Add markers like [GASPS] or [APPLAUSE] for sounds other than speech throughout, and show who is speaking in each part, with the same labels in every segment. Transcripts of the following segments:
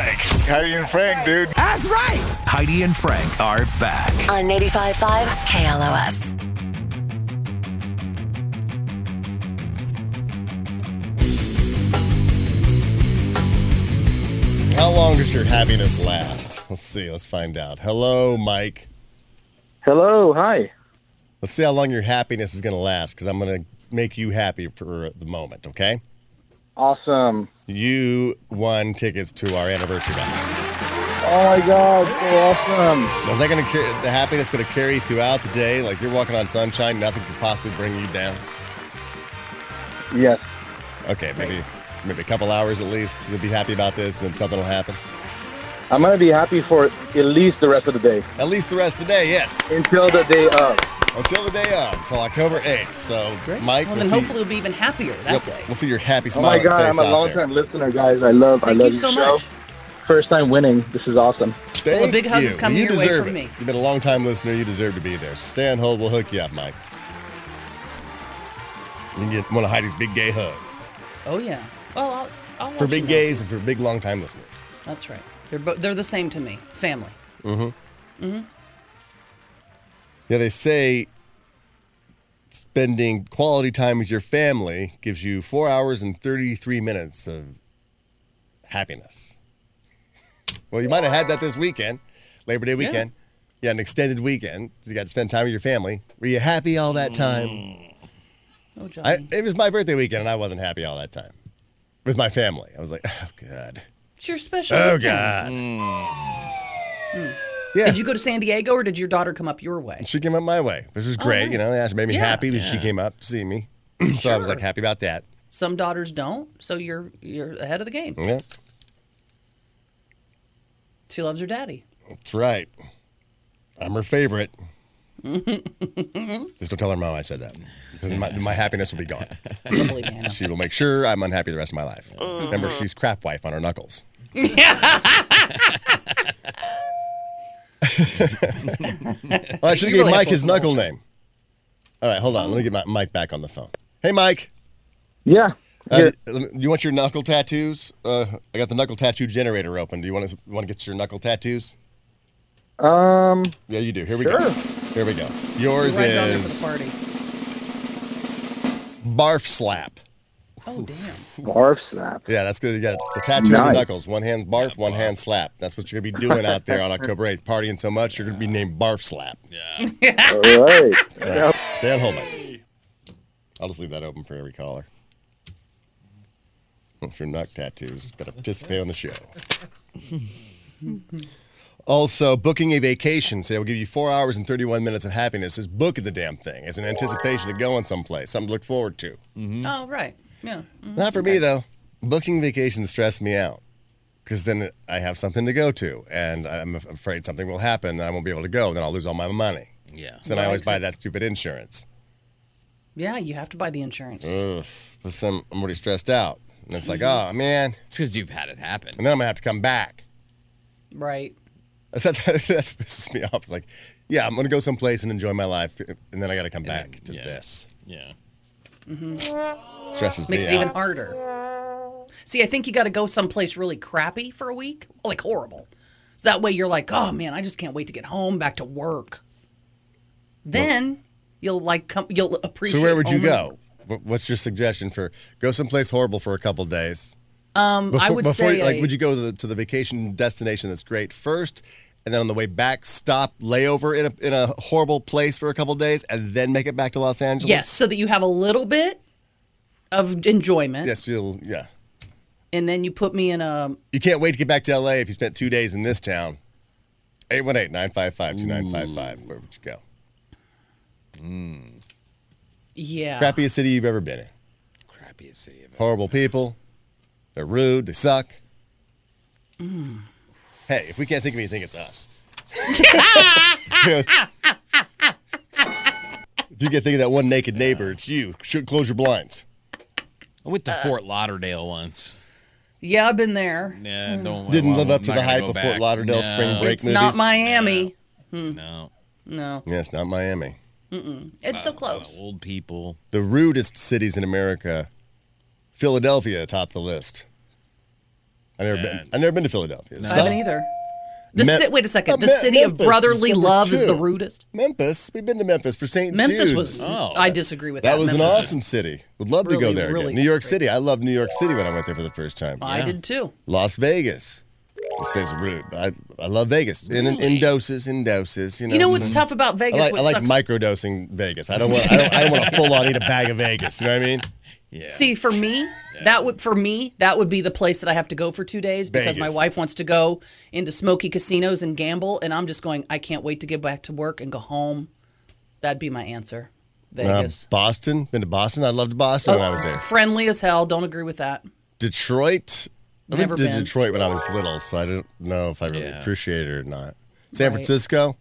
Speaker 1: Heidi and Frank, dude.
Speaker 2: That's right.
Speaker 3: Heidi and Frank are back.
Speaker 4: on 85.5 KLOS.
Speaker 5: How long does your happiness last? Let's see. Let's find out. Hello, Mike.
Speaker 6: Hello, hi.
Speaker 5: Let's see how long your happiness is going to last because I'm going to make you happy for the moment, okay?
Speaker 6: Awesome.
Speaker 5: You won tickets to our anniversary match.
Speaker 6: Oh my god, so awesome.
Speaker 5: Now, Is that going to car- the happiness going to carry throughout the day? Like you're walking on sunshine, nothing could possibly bring you down.
Speaker 6: Yes.
Speaker 5: Okay, maybe maybe a couple hours at least. You'll be happy about this, and then something will happen.
Speaker 6: I'm gonna be happy for at least the rest of the day.
Speaker 5: At least the rest of the day, yes,
Speaker 6: Until the day of. Oh
Speaker 5: until the day of, until October 8th. So, Mike,
Speaker 7: Well,
Speaker 5: we'll
Speaker 7: then
Speaker 5: see.
Speaker 7: hopefully we'll be even happier that
Speaker 5: yep,
Speaker 7: day.
Speaker 5: we'll see your happy
Speaker 6: Oh
Speaker 5: smile.
Speaker 6: my god,
Speaker 5: face
Speaker 6: I'm a
Speaker 5: out
Speaker 6: long
Speaker 5: there.
Speaker 6: time listener, guys. I love I
Speaker 7: Thank
Speaker 6: love
Speaker 7: you so
Speaker 6: your
Speaker 7: much.
Speaker 6: show. First time winning. This is awesome.
Speaker 5: Thank
Speaker 7: Well, a big hug
Speaker 5: you.
Speaker 7: is coming
Speaker 5: you
Speaker 7: your way
Speaker 5: deserve
Speaker 7: from
Speaker 5: it.
Speaker 7: me.
Speaker 5: You've been a long time listener. You deserve to be there. So Stay on hold. We'll hook you up, Mike. You can get one of Heidi's big gay hugs
Speaker 7: Oh yeah. Well, I'll, I'll
Speaker 5: for
Speaker 7: let you
Speaker 5: big
Speaker 7: know.
Speaker 5: gays and for big long time listeners.
Speaker 7: That's right. They're bo- they're the same to me. Family.
Speaker 5: Yeah, they say spending quality time with your family gives you four hours and 33 minutes of happiness. Well, you might have had that this weekend, Labor Day weekend. Yeah, an extended weekend. You got to spend time with your family. Were you happy all that time?
Speaker 7: Oh, Johnny.
Speaker 5: I, it was my birthday weekend, and I wasn't happy all that time with my family. I was like, oh god,
Speaker 7: it's your special.
Speaker 5: oh
Speaker 7: weekend.
Speaker 5: god. Yeah,
Speaker 7: Did you go to San Diego or did your daughter come up your way?
Speaker 5: she came up my way, which was great. You know, yeah, she made me
Speaker 7: Oh, Yeah.
Speaker 5: happy because she came up to see me, [CLEARS THROAT] so I was like happy about that.
Speaker 7: Some daughters don't, so you're you're ahead of the game.
Speaker 5: Yeah,
Speaker 7: She loves her daddy.
Speaker 5: that's right. I'm her
Speaker 7: [LAUGHS]
Speaker 5: favorite. Just don't tell her mom I said that, because my, my happiness will be gone.
Speaker 7: Don't believe me, I know. [LAUGHS]
Speaker 5: She will make sure I'm unhappy the rest of my life. Remember,
Speaker 7: Uh-huh.
Speaker 5: she's crap wife on her knuckles.
Speaker 7: [LAUGHS]
Speaker 5: Well, I should have
Speaker 7: You
Speaker 5: gave
Speaker 7: really
Speaker 5: Mike
Speaker 7: have
Speaker 5: his
Speaker 7: full
Speaker 5: knuckle name. All right, hold on. Let me get my Mike back on the phone. Hey, Mike.
Speaker 6: Yeah.
Speaker 5: Uh,
Speaker 6: Here.
Speaker 5: let me- you want your knuckle tattoos? Uh, I got the knuckle tattoo generator open. Do you want to want to get your knuckle tattoos?
Speaker 6: Um
Speaker 5: Yeah, you do. Here we go.
Speaker 6: Sure.
Speaker 5: Here we go. Yours
Speaker 7: Right down there for the
Speaker 5: is
Speaker 7: party.
Speaker 5: barf slap.
Speaker 7: Oh damn.
Speaker 6: barf
Speaker 5: [LAUGHS]
Speaker 6: snap.
Speaker 5: Yeah, that's good. You got the tattoo on your
Speaker 6: Nice.
Speaker 5: knuckles. One hand barf, one hand slap. That's what you're gonna be doing out there
Speaker 6: [LAUGHS]
Speaker 5: on October 8th, partying so much you're gonna be named Barf Slap.
Speaker 6: All right.
Speaker 5: All right, Stay on hold, Mike. I'll just leave that open for every caller. If you're not tattoos, better participate on the show. also, booking a vacation, say, will give you four hours and 31 minutes of happiness, is booking the damn thing. It's an anticipation of going someplace, something to look forward to.
Speaker 7: Oh right. Yeah. Mm.
Speaker 5: Not for me, though. Booking vacations stress me out because then I have something to go to, and I'm af- afraid something will happen, and I won't be able to go, and then I'll lose all my money.
Speaker 8: Yeah.
Speaker 5: So then I
Speaker 7: Right,
Speaker 5: always buy
Speaker 7: so-
Speaker 5: that stupid insurance.
Speaker 7: Yeah, you have to buy the insurance.
Speaker 5: Ugh, Plus, I'm, I'm already stressed out. And it's like, oh, man.
Speaker 8: It's because you've had it happen.
Speaker 5: And then I'm going to have to come back. [LAUGHS]
Speaker 7: Right.
Speaker 5: That's, that, that's what pisses me off. It's like, yeah, I'm going to go someplace and enjoy my life, and then I got to come back to
Speaker 8: yeah.
Speaker 5: this.
Speaker 8: Yeah.
Speaker 5: Stresses
Speaker 7: Makes
Speaker 5: me
Speaker 7: it even
Speaker 5: out.
Speaker 7: harder. See, I think you got to go someplace really crappy for a week, like horrible. So that way you're like, oh man, I just can't wait to get home, back to work. Then you'll like come, you'll appreciate.
Speaker 5: So where would you
Speaker 7: home and-
Speaker 5: go? Wh- What's your suggestion for go someplace horrible for a couple days?
Speaker 7: Um, I would say,
Speaker 5: like, would you go to the, to the vacation destination that's great first, and then on the way back, stop layover in a in a horrible place for a couple days, and then make it back to Los Angeles?
Speaker 7: yes, so that you have a little bit of enjoyment,
Speaker 5: Yes, you'll. Yeah,
Speaker 7: and then you put me in a
Speaker 5: you can't wait to get back to L.A. if you spent two days in this town. 818-955-2955. Where would you go?
Speaker 7: yeah.
Speaker 5: Crappiest city you've ever been in.
Speaker 8: Crappiest city ever.
Speaker 5: Horrible people. They're rude. They suck.
Speaker 8: Mm.
Speaker 5: Hey, if we can't think of anything, it's
Speaker 8: [LAUGHS]
Speaker 5: us. if you can think of that one naked neighbor, it's you. Should close your blinds.
Speaker 8: I went to Fort Lauderdale once.
Speaker 7: Yeah, I've been there.
Speaker 8: Yeah, don't.
Speaker 5: Didn't
Speaker 8: well,
Speaker 5: live up
Speaker 8: I'm
Speaker 5: to
Speaker 8: not
Speaker 5: the
Speaker 8: gonna
Speaker 5: hype
Speaker 8: go
Speaker 5: of Fort
Speaker 8: back.
Speaker 5: Lauderdale
Speaker 8: No,
Speaker 5: spring break
Speaker 7: It's
Speaker 5: movies.
Speaker 7: not Miami.
Speaker 8: No,
Speaker 7: No,
Speaker 5: Yeah, it's not Miami.
Speaker 7: it's so
Speaker 8: A lot of
Speaker 7: close.
Speaker 8: old people.
Speaker 5: The rudest cities in America. Philadelphia atop the list. I've never been. I've never been to Philadelphia.
Speaker 7: I haven't either. The
Speaker 5: Me-
Speaker 7: ci- wait a
Speaker 5: Uh,
Speaker 7: second. The
Speaker 5: Me-
Speaker 7: city of
Speaker 5: Memphis is
Speaker 7: brotherly
Speaker 5: number
Speaker 7: love is
Speaker 5: two.
Speaker 7: the rudest.
Speaker 5: Memphis. We've been to Memphis for St.
Speaker 7: Memphis
Speaker 5: Jude's.
Speaker 7: was.
Speaker 8: Oh.
Speaker 7: I disagree with that.
Speaker 5: That was an
Speaker 7: Memphis-
Speaker 5: awesome city. Would love to go
Speaker 7: Really,
Speaker 5: there
Speaker 7: really
Speaker 5: again. New York
Speaker 7: great.
Speaker 5: City. I loved New York City when I went there for the first time.
Speaker 7: I did too.
Speaker 5: Las Vegas. It says rude. but I, I love Vegas. In, in doses, in doses. You know,
Speaker 7: You know what's
Speaker 5: Mhm.
Speaker 7: tough about
Speaker 5: I
Speaker 7: Vegas?
Speaker 5: like,
Speaker 7: what
Speaker 5: I like
Speaker 7: sucks-
Speaker 5: microdosing Vegas. I don't want. I don't, I don't want to full on eat a bag of Vegas. You know what I mean?
Speaker 8: Yeah.
Speaker 7: See, for me, that would for me that would be the place that I have to go for two days because my
Speaker 5: Vegas.
Speaker 7: wife wants to go into smoky casinos and gamble, and I'm just going. I can't wait to get back to work and go home. That'd be my answer.
Speaker 5: Uh,
Speaker 7: Vegas,
Speaker 5: Boston. Been to Boston. I loved Boston when I was there.
Speaker 7: friendly as hell. Don't agree with that.
Speaker 5: Detroit. I
Speaker 7: Never
Speaker 5: went to
Speaker 7: been.
Speaker 5: Detroit when I was little, so I don't know if I really
Speaker 8: Yeah.
Speaker 5: appreciate it or not. San
Speaker 7: Right.
Speaker 5: Francisco.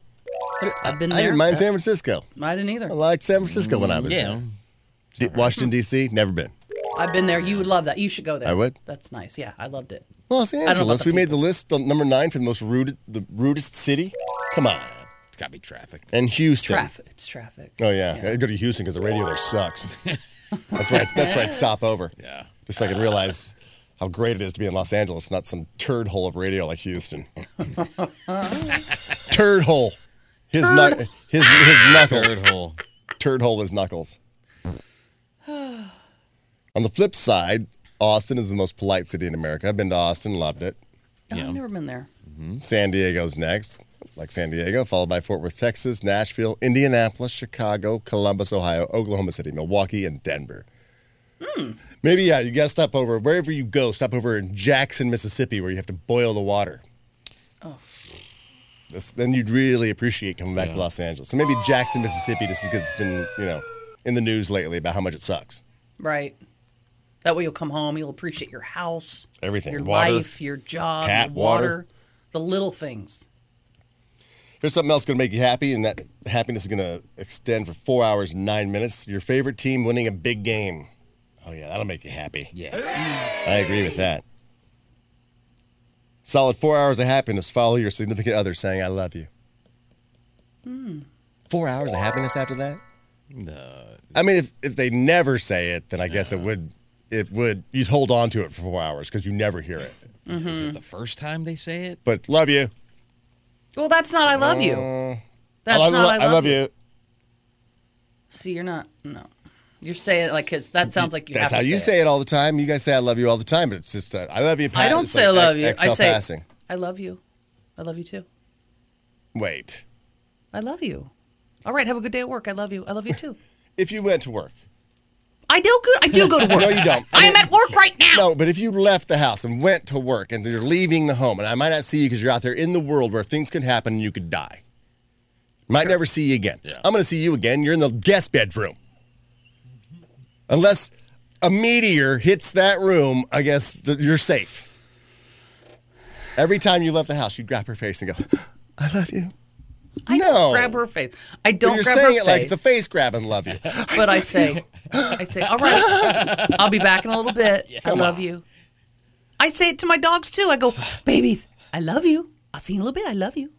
Speaker 7: I've been
Speaker 5: I
Speaker 7: there.
Speaker 5: didn't mind
Speaker 7: That-
Speaker 5: San Francisco.
Speaker 7: I didn't either.
Speaker 5: I liked San Francisco when I was
Speaker 8: Mm, Yeah.
Speaker 5: there. D- Washington D.C. Never been.
Speaker 7: I've been there. You would love that. You should go there.
Speaker 5: I would.
Speaker 7: That's nice. Yeah, I loved it.
Speaker 5: Los
Speaker 7: know about
Speaker 5: Angeles.
Speaker 7: the
Speaker 5: We made the list on number nine for the most rude, the rudest city. Come on.
Speaker 8: It's got to be traffic.
Speaker 5: And Houston.
Speaker 7: Traffic. It's traffic.
Speaker 5: Oh yeah. I go to Houston because the radio there sucks. that's why. It's, that's why I
Speaker 7: [LAUGHS]
Speaker 5: stop over.
Speaker 8: Yeah.
Speaker 5: Just so I can realize how great it is to be in Los Angeles, not some turd hole of radio like
Speaker 8: [LAUGHS]
Speaker 5: Houston. turd hole. His knuck his his knuckles.
Speaker 8: Third hole.
Speaker 5: turd hole is knuckles. On the flip side, Austin is the most polite city in America. I've been to Austin, loved it.
Speaker 7: No,
Speaker 8: Yeah.
Speaker 7: I've never been there.
Speaker 5: San Diego's next, like San Diego, followed by Fort Worth, Texas, Nashville, Indianapolis, Chicago, Columbus, Ohio, Oklahoma City, Milwaukee, and Denver. Maybe yeah, you gotta stop over wherever you go. Stop over in Jackson, Mississippi, where you have to boil the water. That's, then you'd really appreciate coming back to Los Angeles. So maybe Jackson, Mississippi, just because it's been you know in the news lately about how much it sucks.
Speaker 7: Right. That way you'll come home. You'll appreciate your house,
Speaker 5: Everything.
Speaker 7: your
Speaker 5: Water.
Speaker 7: life, your job,
Speaker 5: Tap
Speaker 7: your
Speaker 5: water.
Speaker 7: water, the little things.
Speaker 5: Here's something else going to make you happy, and that happiness is going to extend for four hours and nine minutes. Your favorite team winning a big game. Oh, yeah, that'll make you happy.
Speaker 8: Yes.
Speaker 5: I agree with that. Solid four hours of happiness. Follow your significant other saying, I love you. Four hours of happiness after that?
Speaker 8: No.
Speaker 5: I mean, if, if they never say it, then I guess it would, it would, you'd hold on to it for four hours because you never hear it.
Speaker 8: Is it the first time they say it?
Speaker 5: But love you.
Speaker 7: Well, that's not I love you. That's
Speaker 5: Uh, I love,
Speaker 7: not I love,
Speaker 5: I love you.
Speaker 7: See, you're not. No, you're saying it like it's. That sounds like you.
Speaker 5: That's
Speaker 7: have
Speaker 5: how
Speaker 7: to
Speaker 5: you say it. all the time. You guys say I love you all the time, but it's just uh, I love you. Pat.
Speaker 7: I don't
Speaker 5: It's
Speaker 7: say I
Speaker 5: like
Speaker 7: love
Speaker 5: e-
Speaker 7: you. I
Speaker 5: XL
Speaker 7: say
Speaker 5: passing.
Speaker 7: I love you. I love you too.
Speaker 5: Wait,
Speaker 7: I love you. All right. Have a good day at work. I love you. I love you too.
Speaker 5: if you went to work,
Speaker 7: I do go. I do
Speaker 5: [LAUGHS]
Speaker 7: go to work.
Speaker 5: no, you don't.
Speaker 7: I am at work right now.
Speaker 5: No, but if you left the house and went to work and you're leaving the home, and I might not see you because you're out there in the world where things could happen and you could die. Might never see you again.
Speaker 8: Yeah.
Speaker 5: I'm going to see you again. You're in the guest bedroom. Unless a meteor hits that room, I guess th- you're safe. Every time you left the house, you'd grab her face and go, [GASPS] I love you.
Speaker 7: I
Speaker 5: no.
Speaker 7: don't grab her face. I
Speaker 5: But
Speaker 7: don't
Speaker 5: you're
Speaker 7: grab
Speaker 5: saying
Speaker 7: her
Speaker 5: it like it's
Speaker 7: face.
Speaker 5: a face grab and love you.
Speaker 7: but I say, I say, all right, I'll be back in a little bit. I love you. I say it to my dogs too. I go, babies, I love you. I'll see you in a little bit. I love you.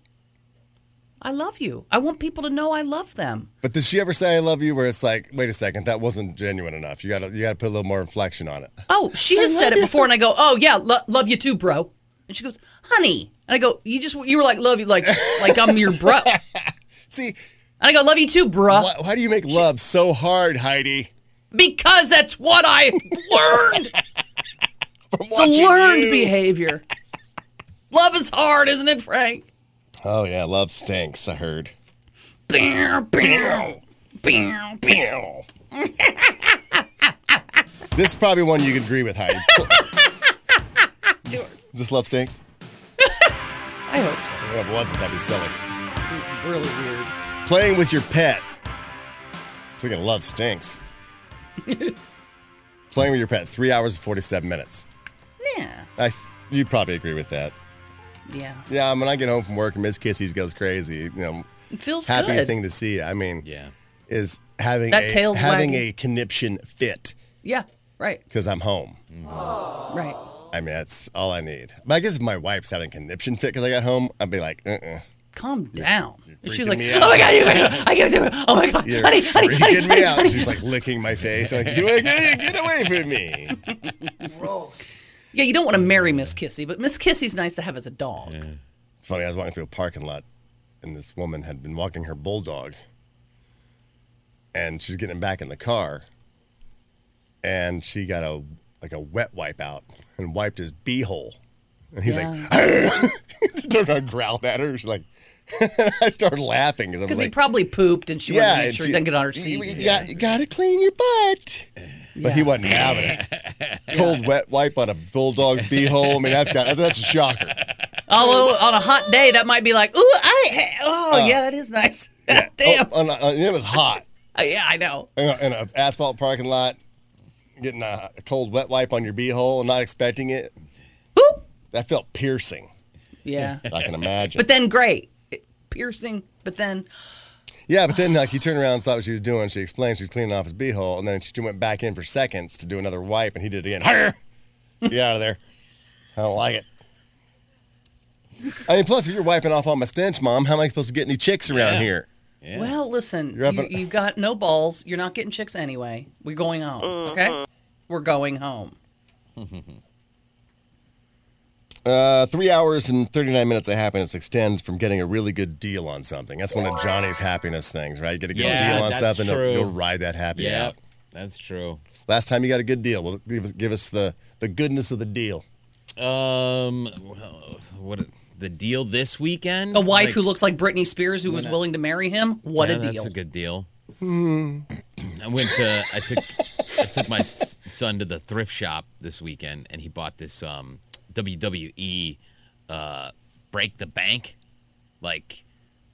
Speaker 7: I love you. I want people to know I love them.
Speaker 5: But did she ever say I love you where it's like, wait a second, that wasn't genuine enough. You gotta you gotta put a little more inflection on it.
Speaker 7: Oh, she has said it before, and I go, oh yeah, lo- love you too, bro. And she goes, honey. And I go, you just you were like love you like like I'm your bro. And
Speaker 5: See,
Speaker 7: I go, love you too, bro.
Speaker 5: why, why do you make love so hard, Heidi?
Speaker 7: Because that's what I learned.
Speaker 5: From
Speaker 7: the
Speaker 5: watching
Speaker 7: learned
Speaker 5: you.
Speaker 7: behavior. Love is hard, isn't it, Frank?
Speaker 5: Oh yeah, love stinks, I heard.
Speaker 7: Bow, bow, bow, bow.
Speaker 5: This is probably one you could agree with,
Speaker 7: [LAUGHS]
Speaker 5: Heidi. Is this love stinks?
Speaker 7: I hope
Speaker 5: Well, if it wasn't, that'd be silly.
Speaker 7: so. Really weird.
Speaker 5: Playing with your pet. Speaking of love
Speaker 7: [LAUGHS]
Speaker 5: stinks. Playing with your pet, three hours and forty seven minutes.
Speaker 7: Yeah.
Speaker 5: I you probably agree with that.
Speaker 7: Yeah.
Speaker 5: Yeah, when I get home from work and Miss Kissies goes crazy, you know,
Speaker 7: It feels
Speaker 5: happiest
Speaker 7: good.
Speaker 5: thing to see. I mean,
Speaker 8: Yeah.
Speaker 5: is having
Speaker 7: That
Speaker 5: a,
Speaker 7: tail's
Speaker 5: having
Speaker 7: wagging.
Speaker 5: a conniption fit
Speaker 7: Yeah. Right.
Speaker 5: because I'm home.
Speaker 7: Right.
Speaker 5: I mean, that's all I need. But I guess if my wife's having a conniption fit because I got home, I'd be like, uh-uh.
Speaker 7: Calm down.
Speaker 5: freaking
Speaker 7: She's like,
Speaker 5: me
Speaker 7: oh
Speaker 5: out.
Speaker 7: my god, you gotta, I gotta do it. Oh my god,
Speaker 5: You're
Speaker 7: honey, honey,
Speaker 5: freaking
Speaker 7: honey,
Speaker 5: me
Speaker 7: honey,
Speaker 5: out.
Speaker 7: honey.
Speaker 5: She's like licking my face. Like, get, get, get away from me.
Speaker 7: Yeah, you don't want to marry Miss Kissy, but Miss Kissy's nice to have as a dog.
Speaker 5: It's funny. I was walking through a parking lot, and this woman had been walking her bulldog, and she's getting back in the car, and she got a like a wet wipe out and wiped his beehole. And he's
Speaker 7: Yeah.
Speaker 5: [LAUGHS] like, turned around, and growled at her. She's like, [LAUGHS] I started laughing because I was
Speaker 7: Because he
Speaker 5: like,
Speaker 7: probably pooped and she wanted to make
Speaker 5: and
Speaker 7: sure
Speaker 5: she-
Speaker 7: it didn't get on her
Speaker 5: you-
Speaker 7: seat.
Speaker 5: You, got, you gotta clean your butt. But he
Speaker 7: Yeah.
Speaker 5: wasn't having it. Cold, wet wipe on a bulldog's beehole. I mean, that's got that's, that's a shocker.
Speaker 7: Although on a hot day, that might be like, ooh, I, oh, yeah, that is nice. [LAUGHS] [LAUGHS] Damn.
Speaker 5: Uh,
Speaker 7: Uh,
Speaker 5: Oh, and, uh, and it was hot
Speaker 7: yeah, I know.
Speaker 5: in a- in an asphalt parking lot, getting a, a cold, wet wipe on your beehole and not expecting it.
Speaker 7: Boop.
Speaker 5: That felt piercing. [LAUGHS]
Speaker 7: Yeah.
Speaker 5: I can imagine.
Speaker 7: but then great. It- piercing, but then,
Speaker 5: yeah, but then like he turned around and saw what she was doing. She explained she's cleaning off his beehole, and then she went back in for seconds to do another wipe, and he did it again. Hurr! Get out of there. I don't like it. I mean, plus if you're wiping off all my stench, mom, how am I supposed to get any chicks around here?
Speaker 7: well, listen,
Speaker 5: You're up
Speaker 7: you,
Speaker 5: in-
Speaker 7: you got no balls. You're not getting chicks anyway. We're going home, okay? We're going home.
Speaker 5: Uh, three hours and 39 minutes of happiness extend from getting a really good deal on something. That's one of Johnny's happiness things, right? You get a good
Speaker 8: Yeah,
Speaker 5: deal on
Speaker 8: that's
Speaker 5: something, you'll-
Speaker 8: true.
Speaker 5: you'll ride that happy
Speaker 8: Yeah,
Speaker 5: out.
Speaker 8: that's true.
Speaker 5: Last time you got a good deal, well, give us, give us the, the goodness of the deal.
Speaker 8: Um, well, what the deal this weekend?
Speaker 7: A wife
Speaker 8: Like-
Speaker 7: who looks like Britney Spears who was willing to marry him. What
Speaker 8: Yeah,
Speaker 7: a deal.
Speaker 8: That's a good deal.
Speaker 5: Hmm.
Speaker 8: I went to I took I took my s- son to the thrift shop this weekend, and he bought this um, WWE uh, break the bank like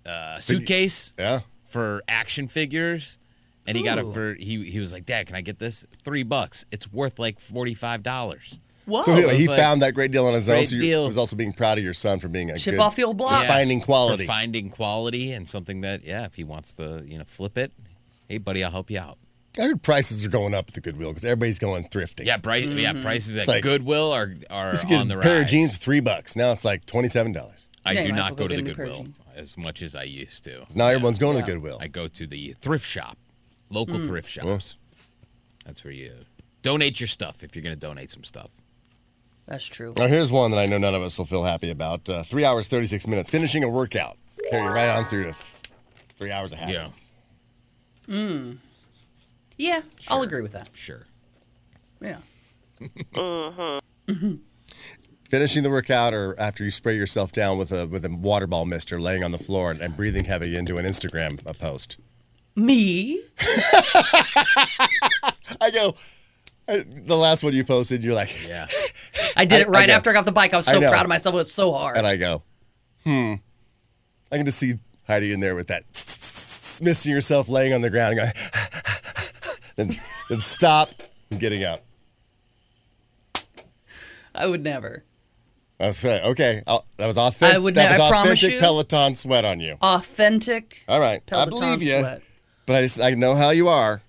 Speaker 8: uh, suitcase
Speaker 5: Yeah.
Speaker 8: for action figures. And he got it for he he was like, Dad, can I get this? Three bucks. It's worth like forty five dollars.
Speaker 7: Whoa.
Speaker 5: So he, he
Speaker 8: was like,
Speaker 5: found that great deal on his own.
Speaker 8: great
Speaker 5: So you-
Speaker 8: deal.
Speaker 5: he was also being proud of your son for being a
Speaker 7: Chip
Speaker 5: good-
Speaker 7: off the old block.
Speaker 5: for finding quality.
Speaker 8: For finding quality and something that yeah, if he wants to you know flip it, hey buddy, I'll help you out.
Speaker 5: I heard prices are going up at the Goodwill because everybody's going thrifting.
Speaker 8: Yeah, price.
Speaker 7: Mm-hmm.
Speaker 8: Yeah, prices at
Speaker 5: like-
Speaker 8: Goodwill are are
Speaker 5: Just get
Speaker 8: on
Speaker 5: a
Speaker 8: the
Speaker 5: pair
Speaker 8: rise.
Speaker 5: of jeans for three bucks. Now it's like twenty seven dollars.
Speaker 8: I
Speaker 7: Yeah, you
Speaker 8: do
Speaker 7: might as
Speaker 8: not
Speaker 7: well
Speaker 8: go
Speaker 7: go
Speaker 8: to
Speaker 7: get
Speaker 8: the
Speaker 7: a new pair of
Speaker 8: Goodwill
Speaker 7: jeans.
Speaker 8: as much as I used to.
Speaker 5: Now
Speaker 8: Yeah.
Speaker 5: everyone's going to the Goodwill.
Speaker 8: I go to the thrift shop, local
Speaker 7: Mm.
Speaker 8: thrift shops. That's where you donate your stuff if you're going to donate some stuff.
Speaker 7: That's true.
Speaker 5: Now, here's one that I know none of us will feel happy about. Uh, three hours, 36 minutes. Finishing a workout. Carry you right on through to three hours of happiness.
Speaker 7: Yeah, I'll agree with that.
Speaker 8: Sure.
Speaker 7: Yeah.
Speaker 5: Finishing the workout or after you spray yourself down with a with a water ball mister laying on the floor and, and breathing heavy into an Instagram uh, post.
Speaker 7: Me?
Speaker 5: I go, I- the last one you posted, you're like, [LAUGHS]
Speaker 8: Yeah.
Speaker 7: I did
Speaker 5: I-
Speaker 7: it right
Speaker 5: I know.
Speaker 7: after I got off the bike. I was
Speaker 5: I
Speaker 7: so
Speaker 5: know.
Speaker 7: proud of myself. It was so hard.
Speaker 5: and I go, hmm. I can just see Heidi in there with that [LAUGHS] missing yourself laying on the ground and going, [LAUGHS] then, then stop and getting up.
Speaker 7: I would never.
Speaker 5: I say, okay, I'll, that was authentic.
Speaker 7: I would
Speaker 5: that
Speaker 7: ne-
Speaker 5: was
Speaker 7: I promise
Speaker 5: authentic
Speaker 7: you.
Speaker 5: Peloton sweat on you.
Speaker 7: Authentic.
Speaker 5: All right, I
Speaker 7: Peloton
Speaker 5: believe you,
Speaker 7: sweat.
Speaker 5: but I just I know how you are.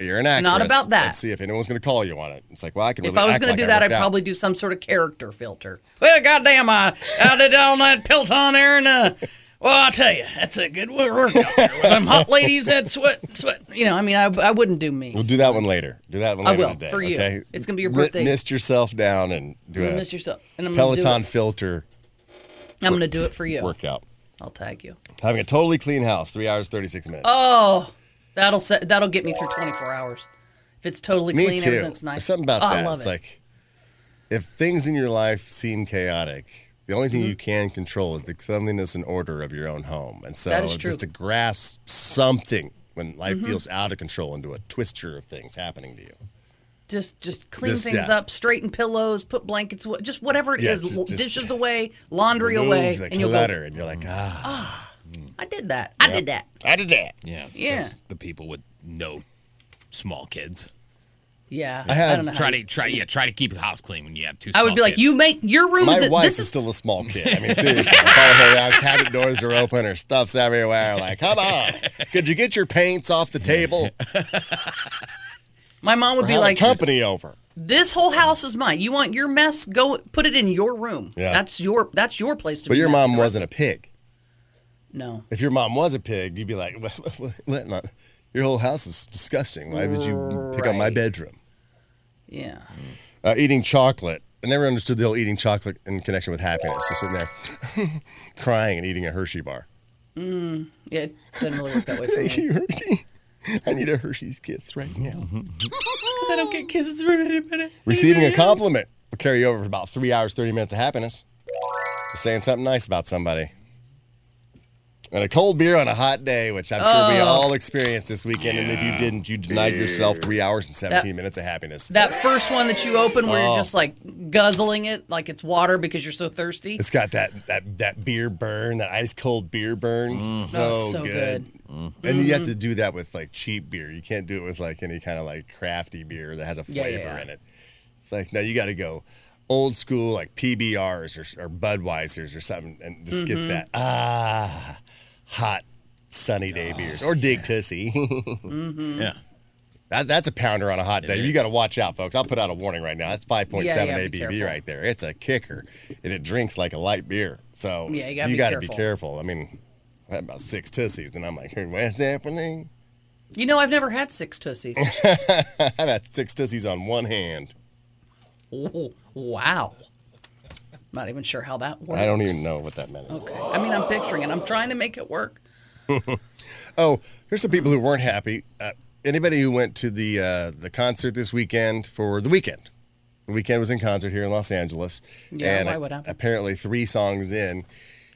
Speaker 5: You're an actress.
Speaker 7: Not about that.
Speaker 5: Let's see if anyone's going to call you on it. It's like, well, I can.
Speaker 7: If
Speaker 5: really
Speaker 7: I was
Speaker 5: act
Speaker 7: going
Speaker 5: like
Speaker 7: to do that,
Speaker 5: worked
Speaker 7: I'd
Speaker 5: out.
Speaker 7: probably do some sort of character filter. Well, goddamn, I, I did all that Peloton there, and uh, well, I tell you, that's a good wor- workout there. With
Speaker 5: [LAUGHS]
Speaker 7: them hot ladies that sweat, sweat. You know, I mean, I, I wouldn't do me.
Speaker 5: We'll do that one later. Do that one
Speaker 7: I
Speaker 5: later
Speaker 7: will,
Speaker 5: today.
Speaker 7: for you.
Speaker 5: Okay?
Speaker 7: It's gonna be your
Speaker 5: Mi-
Speaker 7: birthday.
Speaker 5: Mist yourself down and do
Speaker 7: You
Speaker 5: a
Speaker 7: miss yourself, and I'm going to do
Speaker 5: Peloton
Speaker 7: it.
Speaker 5: filter
Speaker 7: I'm going to do it for you.
Speaker 5: workout.
Speaker 7: I'll tag you.
Speaker 5: Having a totally clean house, three hours thirty six minutes.
Speaker 7: Oh, that'll set, that'll get me through 24 hours. If it's totally
Speaker 5: Me
Speaker 7: clean,
Speaker 5: too.
Speaker 7: everything's nice.
Speaker 5: There's something about
Speaker 7: Oh,
Speaker 5: that.
Speaker 7: I love
Speaker 5: it's
Speaker 7: it.
Speaker 5: like if things in your life seem chaotic, the only
Speaker 7: Mm-hmm.
Speaker 5: thing you can control is the cleanliness and order of your own home. And so
Speaker 7: That is true. Mm-hmm.
Speaker 5: just to grasp something when life feels out of control into a twister of things happening to you.
Speaker 7: just just clean
Speaker 5: Just,
Speaker 7: things
Speaker 5: yeah.
Speaker 7: up, straighten pillows, put blankets, wa- just whatever it is,
Speaker 5: Yeah, just-
Speaker 7: l-
Speaker 5: just
Speaker 7: dishes away, laundry
Speaker 5: Remove
Speaker 7: away,
Speaker 5: the
Speaker 7: you'll go,
Speaker 5: clutter and you're like, ah,
Speaker 7: I did that. I did that.
Speaker 5: I did that.
Speaker 8: Yeah. it's
Speaker 7: Yeah.
Speaker 8: just the people with no small kids.
Speaker 7: Yeah,
Speaker 5: I had-
Speaker 7: don't know. how
Speaker 8: Try
Speaker 7: you-
Speaker 8: to try yeah, try to keep your house clean when you have two
Speaker 7: I would
Speaker 8: small
Speaker 7: be like,
Speaker 8: kids.
Speaker 7: you make your room
Speaker 5: My
Speaker 7: is
Speaker 5: wife
Speaker 7: this
Speaker 5: is
Speaker 7: is
Speaker 5: still a small kid. I mean, seriously, I follow her around. Cabinet doors are open. Her stuff's everywhere. Like, come
Speaker 7: [LAUGHS]
Speaker 5: on. Could you get your paints off the table?
Speaker 7: my mom would
Speaker 5: Or
Speaker 7: be
Speaker 5: have a
Speaker 7: like,
Speaker 5: company over.
Speaker 7: this whole house is mine. You want your mess? Go put it in your room.
Speaker 5: Yeah.
Speaker 7: that's your that's your place to.
Speaker 5: But
Speaker 7: be
Speaker 5: your
Speaker 7: messy.
Speaker 5: mom wasn't a pig.
Speaker 7: No,
Speaker 5: if your mom was a pig, you'd be like, what, what, what, what, Mom? your whole house is disgusting. Why would you pick up my
Speaker 7: Right.
Speaker 5: bedroom?
Speaker 7: yeah,
Speaker 5: Uh, eating chocolate I never understood the whole eating chocolate in connection with happiness. Just sitting there [LAUGHS] crying and eating a Hershey bar.
Speaker 7: Yeah, it doesn't really work that way
Speaker 5: [LAUGHS]
Speaker 7: for me.
Speaker 5: You [LAUGHS] Hershey. I need a Hershey's kiss right now.
Speaker 7: I don't get kisses from anybody.
Speaker 5: Receiving a compliment will carry over for about three hours, 30 minutes of happiness. Just saying something nice about somebody. And a cold beer on a hot day, which I'm sure we all experienced this weekend. And if you didn't, you denied yourself three hours and 17
Speaker 7: That-
Speaker 5: minutes of happiness.
Speaker 7: That first one that you open where
Speaker 5: Oh.
Speaker 7: you're just like guzzling it like it's water because you're so thirsty.
Speaker 5: It's got that that that beer burn, that ice cold beer burn. So,
Speaker 7: Oh, it's so Mm-hmm.
Speaker 5: good. And you have to do that with like cheap beer. You can't do it with like any kind of like crafty beer that has a
Speaker 7: Yeah,
Speaker 5: flavor
Speaker 7: yeah, yeah.
Speaker 5: in it. It's like no, you got to go old school like PBRs or, or Budweisers or something, and just get
Speaker 7: Mm-hmm.
Speaker 5: that ah hot sunny day
Speaker 7: Ah,
Speaker 5: beers or Dig Tussie. [LAUGHS]
Speaker 8: Yeah.
Speaker 5: That, that's a pounder on a hot day. You
Speaker 8: is.
Speaker 5: got to watch out, folks. I'll put out a warning right now. That's 5.7
Speaker 7: Yeah, yeah,
Speaker 5: ABV
Speaker 7: be careful.
Speaker 5: right there. It's a kicker, and it drinks like a light beer. So
Speaker 7: Yeah, you gotta be
Speaker 5: gotta
Speaker 7: careful.
Speaker 5: careful. I mean, I had about six tussies, and I'm like, [LAUGHS] "Hey, what's happening? [LAUGHS]
Speaker 7: You know, I've never had six tussies. [LAUGHS]
Speaker 5: I've had six tussies on one hand.
Speaker 7: Ooh, wow. Not even sure how that works.
Speaker 5: I don't even know what that meant.
Speaker 7: Okay. I mean, I'm picturing it. I'm trying to make it work.
Speaker 5: Oh, here's some people who weren't happy. Uh, anybody who went to the uh, the concert this weekend for the weekend. The weekend was in concert here in Los Angeles.
Speaker 7: Yeah,
Speaker 5: and
Speaker 7: why
Speaker 5: a-
Speaker 7: would I?
Speaker 5: Apparently, three songs in,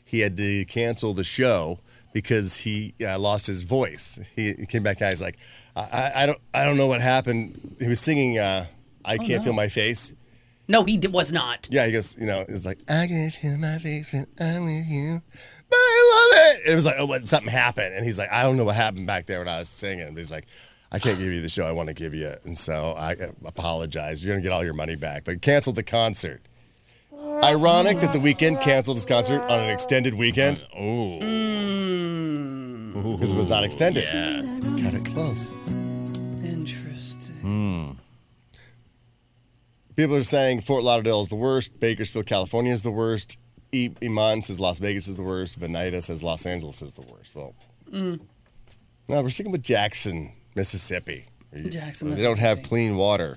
Speaker 5: he had to cancel the show because he uh, lost his voice. He, he came back out. He's like, I, I, I don't I don't know what happened. He was singing. Uh, I
Speaker 7: Oh,
Speaker 5: can't feel my face.
Speaker 7: No, he did, was not.
Speaker 5: Yeah, he goes, you know, it's like, I can feel my face when I'm with you, but I love it. It was like, oh, but something happened. And he's like, I don't know what happened back there when I was singing. But he's like, I can't give you the show I want to give you. And so I uh, apologize. You're going to get all your money back, but canceled the concert. Ironic that the weekend canceled his concert on an extended weekend
Speaker 8: Oh.
Speaker 5: because it was not extended.
Speaker 8: Yeah.
Speaker 5: Got it close.
Speaker 7: Interesting.
Speaker 5: People are saying Fort Lauderdale is the worst. Bakersfield, California is the worst. E- Iman says Las Vegas is the worst. Veneta says Los Angeles is the worst. Well, no, we're sticking with Jackson, Mississippi.
Speaker 7: Jackson,
Speaker 5: They don't have
Speaker 7: Mississippi.
Speaker 5: clean water.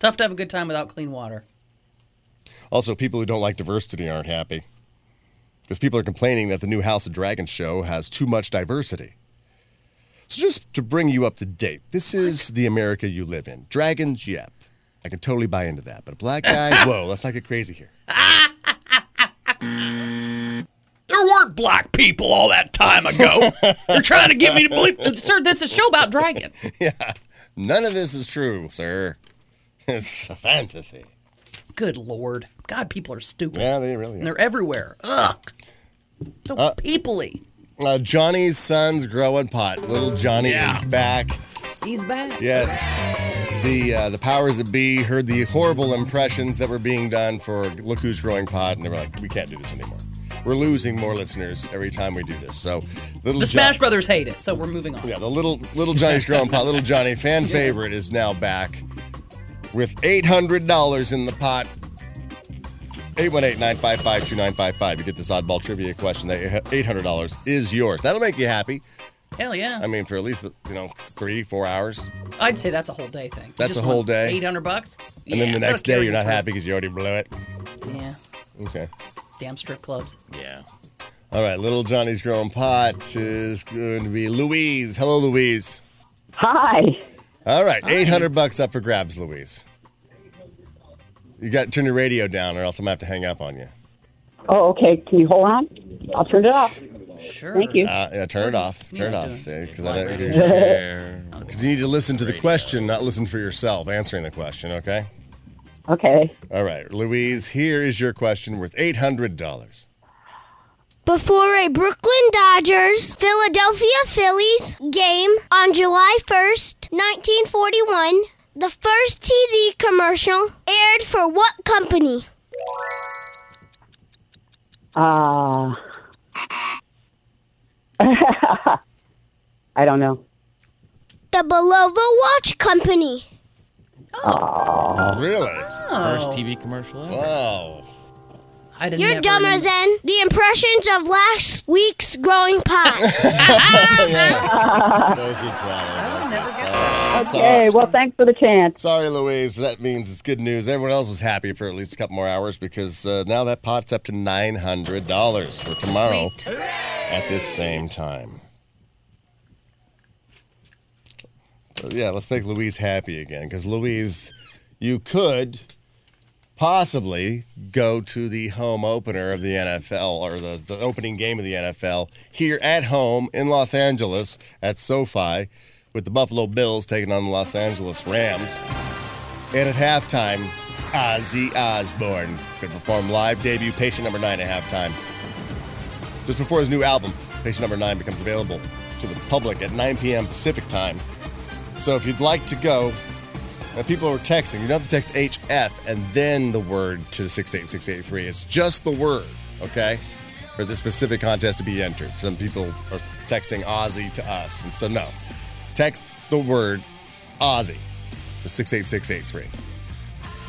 Speaker 7: Tough to have a good time without clean water.
Speaker 5: Also, people who don't like diversity aren't happy because people are complaining that the new House of Dragons show has too much diversity. So, just to bring you up to date, this is the America you live in. Dragons, yep. I can totally buy into that. But a
Speaker 7: [LAUGHS]
Speaker 5: black guy, whoa, let's not get crazy here.
Speaker 7: There weren't black people all that time [LAUGHS] ago. You're trying to get me to believe, sir. That's a show about dragons.
Speaker 5: None of this is true, sir. [LAUGHS] It's a fantasy.
Speaker 7: Good lord, God, people are stupid.
Speaker 5: Yeah, they really
Speaker 7: And
Speaker 5: are.
Speaker 7: they're everywhere. Ugh. So peoply.
Speaker 5: Uh, Johnny's son's growing pot. Little Johnny
Speaker 8: Yeah.
Speaker 5: is back.
Speaker 7: He's back.
Speaker 5: Yes. The uh, the powers that be heard the horrible impressions that were being done for Look Who's Growing Pot, and they were like, we can't do this anymore. We're losing more listeners every time we do this. So, little
Speaker 7: The Smash
Speaker 5: Johnny-
Speaker 7: Brothers hate it, so we're moving on.
Speaker 5: Yeah, the little little Johnny's growing pot, little Johnny fan favorite is now back with eight hundred dollars in the pot. 818-955-2955. You get this oddball trivia question that $800 is yours. That'll make you happy.
Speaker 7: Hell yeah.
Speaker 5: I mean, for at least, you know, three, four hours.
Speaker 7: I'd say that's a whole day thing. You
Speaker 5: That's
Speaker 7: just
Speaker 5: a whole
Speaker 7: want
Speaker 5: day?
Speaker 7: 800 bucks.
Speaker 5: And then the next day you're not happy because you already blew it.
Speaker 7: Yeah.
Speaker 5: Okay.
Speaker 7: Damn strip clubs.
Speaker 8: Yeah.
Speaker 5: All right. Little Johnny's growing pot is going to be Louise. Hello, Louise.
Speaker 1: Hi.
Speaker 5: All right, eight hundred bucks up for grabs, Louise. You got to turn your radio down, or else I'm gonna have to hang up on you.
Speaker 1: Oh, okay. Can you hold on? I'll turn it off.
Speaker 7: Sure.
Speaker 1: Thank you.
Speaker 5: Uh, yeah, turn it off. Turn it
Speaker 7: Yeah,
Speaker 5: off.
Speaker 7: do it.
Speaker 5: Because I don't, [LAUGHS]
Speaker 8: Share.
Speaker 5: 'cause you need to listen to the question, not listen for yourself answering the question. Okay.
Speaker 1: Okay.
Speaker 5: All right, Louise. Here is your question worth eight hundred dollars.
Speaker 2: Before a Brooklyn Dodgers Philadelphia Phillies game on July 1st, 1941, the first TV commercial aired for what company?
Speaker 1: Uh, I don't know.
Speaker 2: The Belova Watch Company.
Speaker 5: Really?
Speaker 8: First TV commercial ever.
Speaker 5: Wow.
Speaker 7: I'd have
Speaker 2: You're
Speaker 7: never
Speaker 2: dumber
Speaker 7: even-
Speaker 2: than the impressions of last week's growing pot.
Speaker 5: Thank you, Charlie.
Speaker 7: I'll Ah. never guess that.
Speaker 1: Okay, well, [LAUGHS] thanks for the chance.
Speaker 5: Sorry, Louise, but that means it's good news. Everyone else is happy for at least a couple more hours because uh, now that pot's up to $900 for tomorrow
Speaker 7: Oh.
Speaker 5: at this same time. But yeah, let's make Louise happy again because Louise, you could possibly go to the home opener of the NFL or the, the opening game of the NFL here at home in Los Angeles at SoFi with the Buffalo Bills taking on the Los Angeles Rams. And at halftime, Ozzy Osbourne could perform live debut patient number nine at halftime. Just before his new album, patient number nine, becomes available to the public at 9 p.m. Pacific time. So if you'd like to go, now, people are texting. You don't have to text HF and then the word to 68683. It's just the word, okay, for this specific contest to be entered. Some people are texting Aussie to us, and so no. Text the word Aussie to 68683.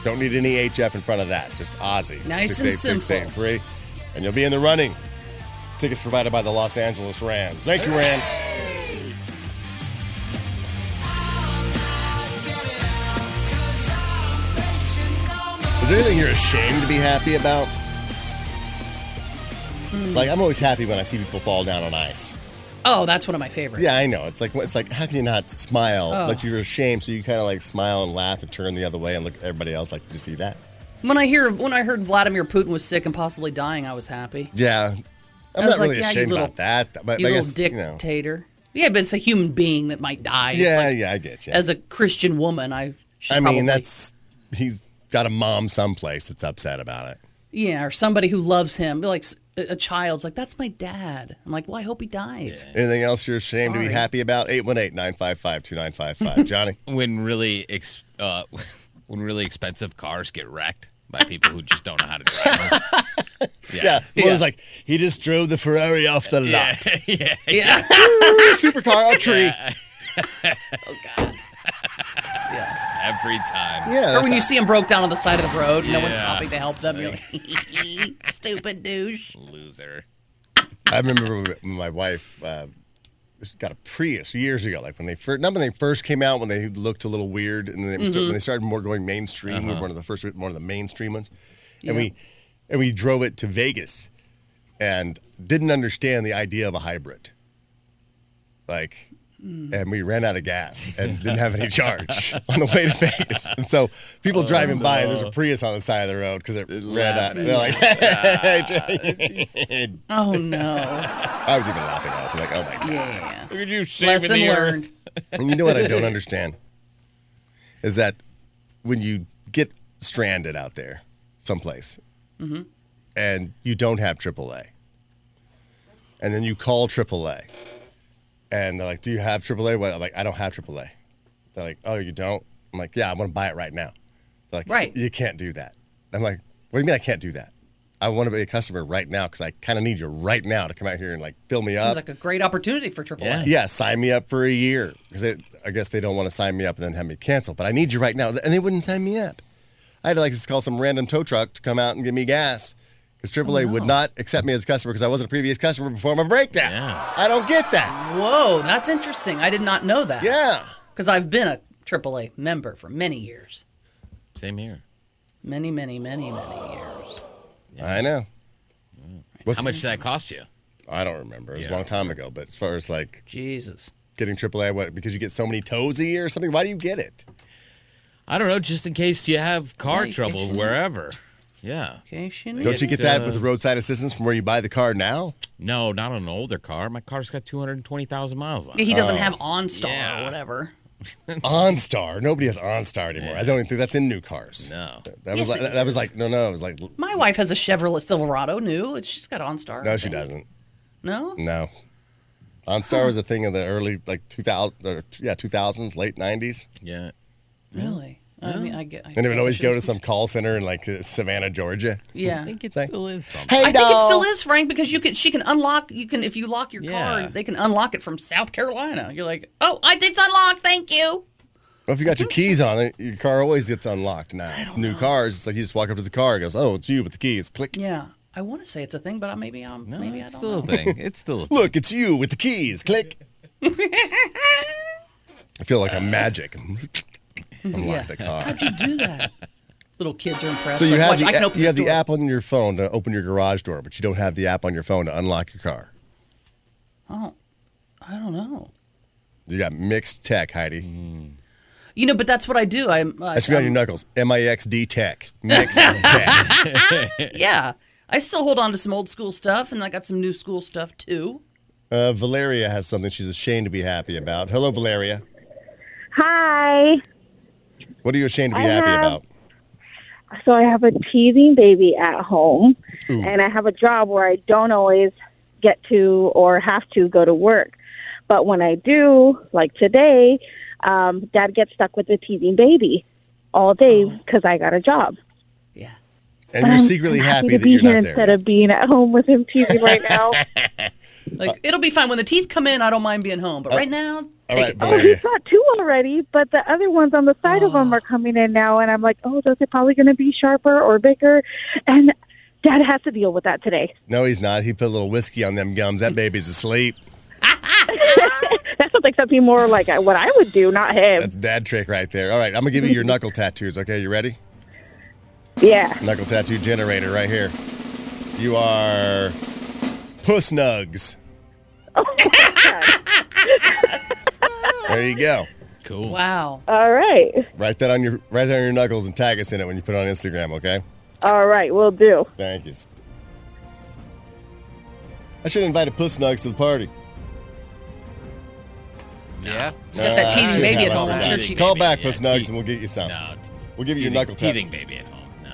Speaker 5: Don't need any HF in front of that, just Aussie to
Speaker 7: Nice and simple.
Speaker 5: 68683. And you'll be in the running. Tickets provided by the Los Angeles Rams. Thank you, Rams. Is there anything you're ashamed to be happy about? Like I'm always happy when I see people fall down on ice.
Speaker 7: Oh, that's one of my favorites.
Speaker 5: Yeah, I know. It's like it's like how can you not smile?
Speaker 7: Oh.
Speaker 5: Like you're ashamed, so you kind of like smile and laugh and turn the other way and look at everybody else. Like, did you see that?
Speaker 7: When I hear when I heard Vladimir Putin was sick and possibly dying, I was happy.
Speaker 5: Yeah, I'm
Speaker 7: was
Speaker 5: not
Speaker 7: like,
Speaker 5: really
Speaker 7: yeah, you
Speaker 5: ashamed
Speaker 7: little-
Speaker 5: about that. But
Speaker 7: You
Speaker 5: I
Speaker 7: little
Speaker 5: guess you know.
Speaker 7: dictator. Yeah, but it's a human being that might die. It's
Speaker 5: Yeah,
Speaker 7: like,
Speaker 5: yeah, I get you.
Speaker 7: As a Christian woman, I. Should
Speaker 5: I
Speaker 7: probably-
Speaker 5: mean, that's he's got a mom someplace that's upset about it.
Speaker 7: yeah, or somebody who loves him, like s- a a child's like that's my dad. I'm like, well, I hope he dies.
Speaker 5: Anything else you're ashamed to be
Speaker 7: Sorry.
Speaker 5: happy about?
Speaker 7: [LAUGHS]
Speaker 5: 818-955-2955. Johnny.
Speaker 8: when really ex- uh, [LAUGHS] when really expensive cars get wrecked by people who just don't know how to drive. them. [LAUGHS]
Speaker 5: Yeah. It was like he just drove the Ferrari off the lot.
Speaker 8: [LAUGHS] yeah,
Speaker 7: [LAUGHS] Yeah,
Speaker 5: supercar
Speaker 7: [LAUGHS]
Speaker 5: a tree. Yeah.
Speaker 8: every time.
Speaker 7: or when you see him broke down on the side of the road, no one's
Speaker 8: Yeah.
Speaker 7: stopping to help them. You're like, stupid douche.
Speaker 8: Loser.
Speaker 5: I remember when my wife uh, got a Prius years ago, like when they first, not when they first came out, when they looked a little weird, and then they, when they started more going mainstream, we were one of the first, one of the mainstream ones, and we and we drove it to Vegas, and didn't understand the idea of a hybrid, like. And we ran out of gas and didn't have any charge on the way to Vegas. And so people driving by, and there's a Prius on the side of the road because it, ran out. They're like, [LAUGHS]
Speaker 7: Oh no.
Speaker 5: I was even laughing. I was like, oh my God.
Speaker 7: Yeah.
Speaker 8: Look at you saving
Speaker 7: Lesson
Speaker 8: the
Speaker 7: learned.
Speaker 8: earth.
Speaker 5: [LAUGHS] And you know what I don't understand is that when you get stranded out there, someplace, and you don't have AAA, and then you call AAA, and they're like, "Do you have AAA?" What? I'm like, "I don't have AAA." They're like, "Oh, you don't?" I'm like, "Yeah, I want to buy it right now." They're like,
Speaker 7: Right.
Speaker 5: You can't do that. I'm like, "What do you mean I can't do that?" I want to be a customer right now because I kind of need you right now to come out here and like fill me
Speaker 7: Sounds
Speaker 5: up.
Speaker 7: like a great opportunity for AAA.
Speaker 8: Yeah.
Speaker 5: Yeah, sign me up for a year because I guess they don't want to sign me up and then have me cancel. But I need you right now, and they wouldn't sign me up. I had to like just call some random tow truck to come out and give me gas
Speaker 8: Oh,
Speaker 5: because AAA would not accept me as a customer because I wasn't a previous customer before my breakdown.
Speaker 8: Yeah.
Speaker 5: I don't get that.
Speaker 7: Whoa, that's interesting. I did not know that.
Speaker 5: Yeah,
Speaker 7: Because I've been a AAA member for many years.
Speaker 8: Same here.
Speaker 7: Many, many, many, many years.
Speaker 5: I know. What's,
Speaker 8: How much did that cost you?
Speaker 5: I don't remember. It was a
Speaker 8: Yeah.
Speaker 5: long time ago. But as far as like
Speaker 7: Jesus.
Speaker 5: getting AAA, what because you get so many toes a year or something? Why do you get it?
Speaker 8: I don't know. Just in case you have car
Speaker 7: Yeah,
Speaker 8: trouble
Speaker 7: if you-
Speaker 8: wherever. Yeah.
Speaker 7: Okay, she knew.
Speaker 5: Don't you get that
Speaker 8: uh,
Speaker 5: with the roadside assistance from where you buy the car
Speaker 8: [LAUGHS]
Speaker 5: now?
Speaker 8: No, not on an older car. My car's got 220,000 miles on
Speaker 7: Yeah, [LAUGHS]
Speaker 8: it.
Speaker 7: he doesn't
Speaker 5: Oh,
Speaker 7: have OnStar
Speaker 8: yeah.
Speaker 7: or whatever.
Speaker 5: OnStar. Nobody has OnStar anymore. I don't even think that's in new cars.
Speaker 8: No.
Speaker 5: That, that was
Speaker 7: Yes,
Speaker 5: like,
Speaker 7: it
Speaker 5: that, that was
Speaker 7: is.
Speaker 5: like no no it was like no
Speaker 7: My wife has a Chevrolet Silverado new. She's got OnStar. I
Speaker 5: she
Speaker 7: think.
Speaker 5: doesn't
Speaker 7: No?
Speaker 5: no. OnStar was a thing in the early like 2000 or yeah 2000s late 90s
Speaker 8: Yeah.
Speaker 7: Really? I mean, I get. I
Speaker 5: and it would
Speaker 7: guess
Speaker 5: always
Speaker 7: I
Speaker 5: go to
Speaker 7: should've-
Speaker 5: some call center in like uh, Savannah Georgia.
Speaker 7: Yeah.
Speaker 8: it
Speaker 5: Thank-
Speaker 8: still is something.
Speaker 5: Hey
Speaker 7: I think it still is, Frank, because you can. She can unlock. You can if you lock your
Speaker 8: Yeah.
Speaker 7: car, they can unlock it from South Carolina. You're like, oh, I, it's unlocked. Thank you.
Speaker 5: Well, if you got your keys on it, your car always gets unlocked now. New cars, it's like you just walk up to the car, it goes, "Oh, it's you with the keys." Click.
Speaker 7: Yeah. I want to say it's a thing, but I, maybe I'm
Speaker 9: No,
Speaker 7: maybe I
Speaker 9: it's
Speaker 7: don't.
Speaker 9: still
Speaker 7: know.
Speaker 9: a thing. It's still
Speaker 7: [LAUGHS]
Speaker 9: a thing.
Speaker 5: Look, it's you with the keys. Click. I feel like I'm magic. Unlock the car.
Speaker 7: How'd you do
Speaker 5: [LAUGHS]
Speaker 7: that? Little kids are impressed.
Speaker 5: So you
Speaker 7: Like,
Speaker 5: have
Speaker 7: watch, I can
Speaker 5: the,
Speaker 7: open
Speaker 5: you
Speaker 7: this
Speaker 5: have the
Speaker 7: door.
Speaker 5: app on your phone to open your garage door, but you don't have the app on your phone to unlock your car.
Speaker 7: Oh, I don't know.
Speaker 5: You got mixed tech, Heidi.
Speaker 7: You know, but that's what I do. I'm. Uh,
Speaker 5: That's be on your knuckles. M I X D tech. Mixed tech.
Speaker 7: yeah, I still hold on to some old school stuff, and I got some new school stuff too.
Speaker 5: Uh, Valeria has something she's ashamed to be happy about. Hello, Valeria.
Speaker 10: Hi.
Speaker 5: What are you ashamed to be
Speaker 10: I
Speaker 5: happy
Speaker 10: have-
Speaker 5: about?
Speaker 10: So I have a teething baby at home,
Speaker 5: Ooh.
Speaker 10: and I have a job where I don't always get to or have to go to work. But when I do, like today, um, Dad gets stuck with the teething baby all day because I got a job.
Speaker 7: Yeah.
Speaker 5: And Oh. you're secretly
Speaker 10: Happy
Speaker 5: happy,
Speaker 10: to
Speaker 5: that
Speaker 10: be
Speaker 5: you're
Speaker 10: here
Speaker 5: not there.
Speaker 10: instead
Speaker 5: yet.
Speaker 10: of being at home with him
Speaker 5: [LAUGHS]
Speaker 10: teething right now.
Speaker 5: Uh,
Speaker 7: Like it'll be fine when the teeth come in. I don't mind being home, but right now,
Speaker 5: All right,
Speaker 10: oh, he's [LAUGHS]
Speaker 5: Valeria.
Speaker 10: got two already, but the other ones on the side of
Speaker 5: Oh.
Speaker 10: him are coming in now, and I'm like, oh, those are probably going to be sharper or bigger, and Dad has to deal with that today.
Speaker 5: No, he's not. He put a little whiskey on them gums. That baby's asleep.
Speaker 10: That sounds like something more like what I would do, not him.
Speaker 5: That's a dad trick right there. All right, I'm gonna give you
Speaker 10: [LAUGHS]
Speaker 5: your knuckle tattoos. Okay, you ready?
Speaker 10: yeah.
Speaker 5: Knuckle tattoo generator right here. You are puss nugs. there you go.
Speaker 8: Cool.
Speaker 7: wow.
Speaker 10: All right.
Speaker 5: Write that on your write that on your knuckles and tag us in it when you put it on Instagram. Okay.
Speaker 10: All right. We'll do.
Speaker 5: Thank you. I should invite a puss nugs to the party.
Speaker 9: Yeah.
Speaker 7: She's got that teething
Speaker 5: Uh, should
Speaker 7: baby
Speaker 5: have
Speaker 7: at home.
Speaker 5: it.
Speaker 7: I'm sure she.
Speaker 5: Call
Speaker 8: Baby,
Speaker 5: back
Speaker 8: yeah,
Speaker 5: puss nugs
Speaker 8: teeth.
Speaker 5: and we'll get you some.
Speaker 8: No. t-
Speaker 5: We'll give you your
Speaker 8: teething-
Speaker 5: knuckle tap.
Speaker 8: Teething baby at home. No.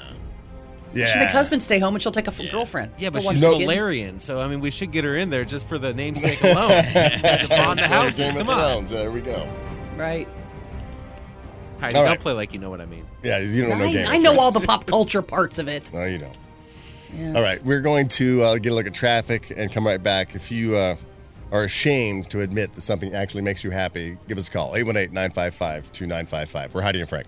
Speaker 5: Yeah.
Speaker 7: She make husband stay home, and she'll take a f- girlfriend.
Speaker 9: Yeah, but
Speaker 7: For one
Speaker 9: she's
Speaker 7: kid.
Speaker 9: Valerian, so I mean, we should get her in there just for the namesake alone. to bond the houses.
Speaker 5: Game of
Speaker 9: Come on,
Speaker 5: Thrones. There we go.
Speaker 7: right?
Speaker 9: Heidi,
Speaker 5: All
Speaker 9: don't
Speaker 5: right.
Speaker 9: play like you know what I mean.
Speaker 5: Yeah, you don't know
Speaker 7: I,
Speaker 5: Game
Speaker 7: I
Speaker 5: of
Speaker 7: know
Speaker 5: Thrones.
Speaker 7: all the pop culture parts of it.
Speaker 5: No, you don't.
Speaker 7: Yes.
Speaker 5: All right, we're going to uh, get a look at traffic and come right back. If you uh, are ashamed to admit that something actually makes you happy, give us a call 818 955 2955. We're Heidi and Frank.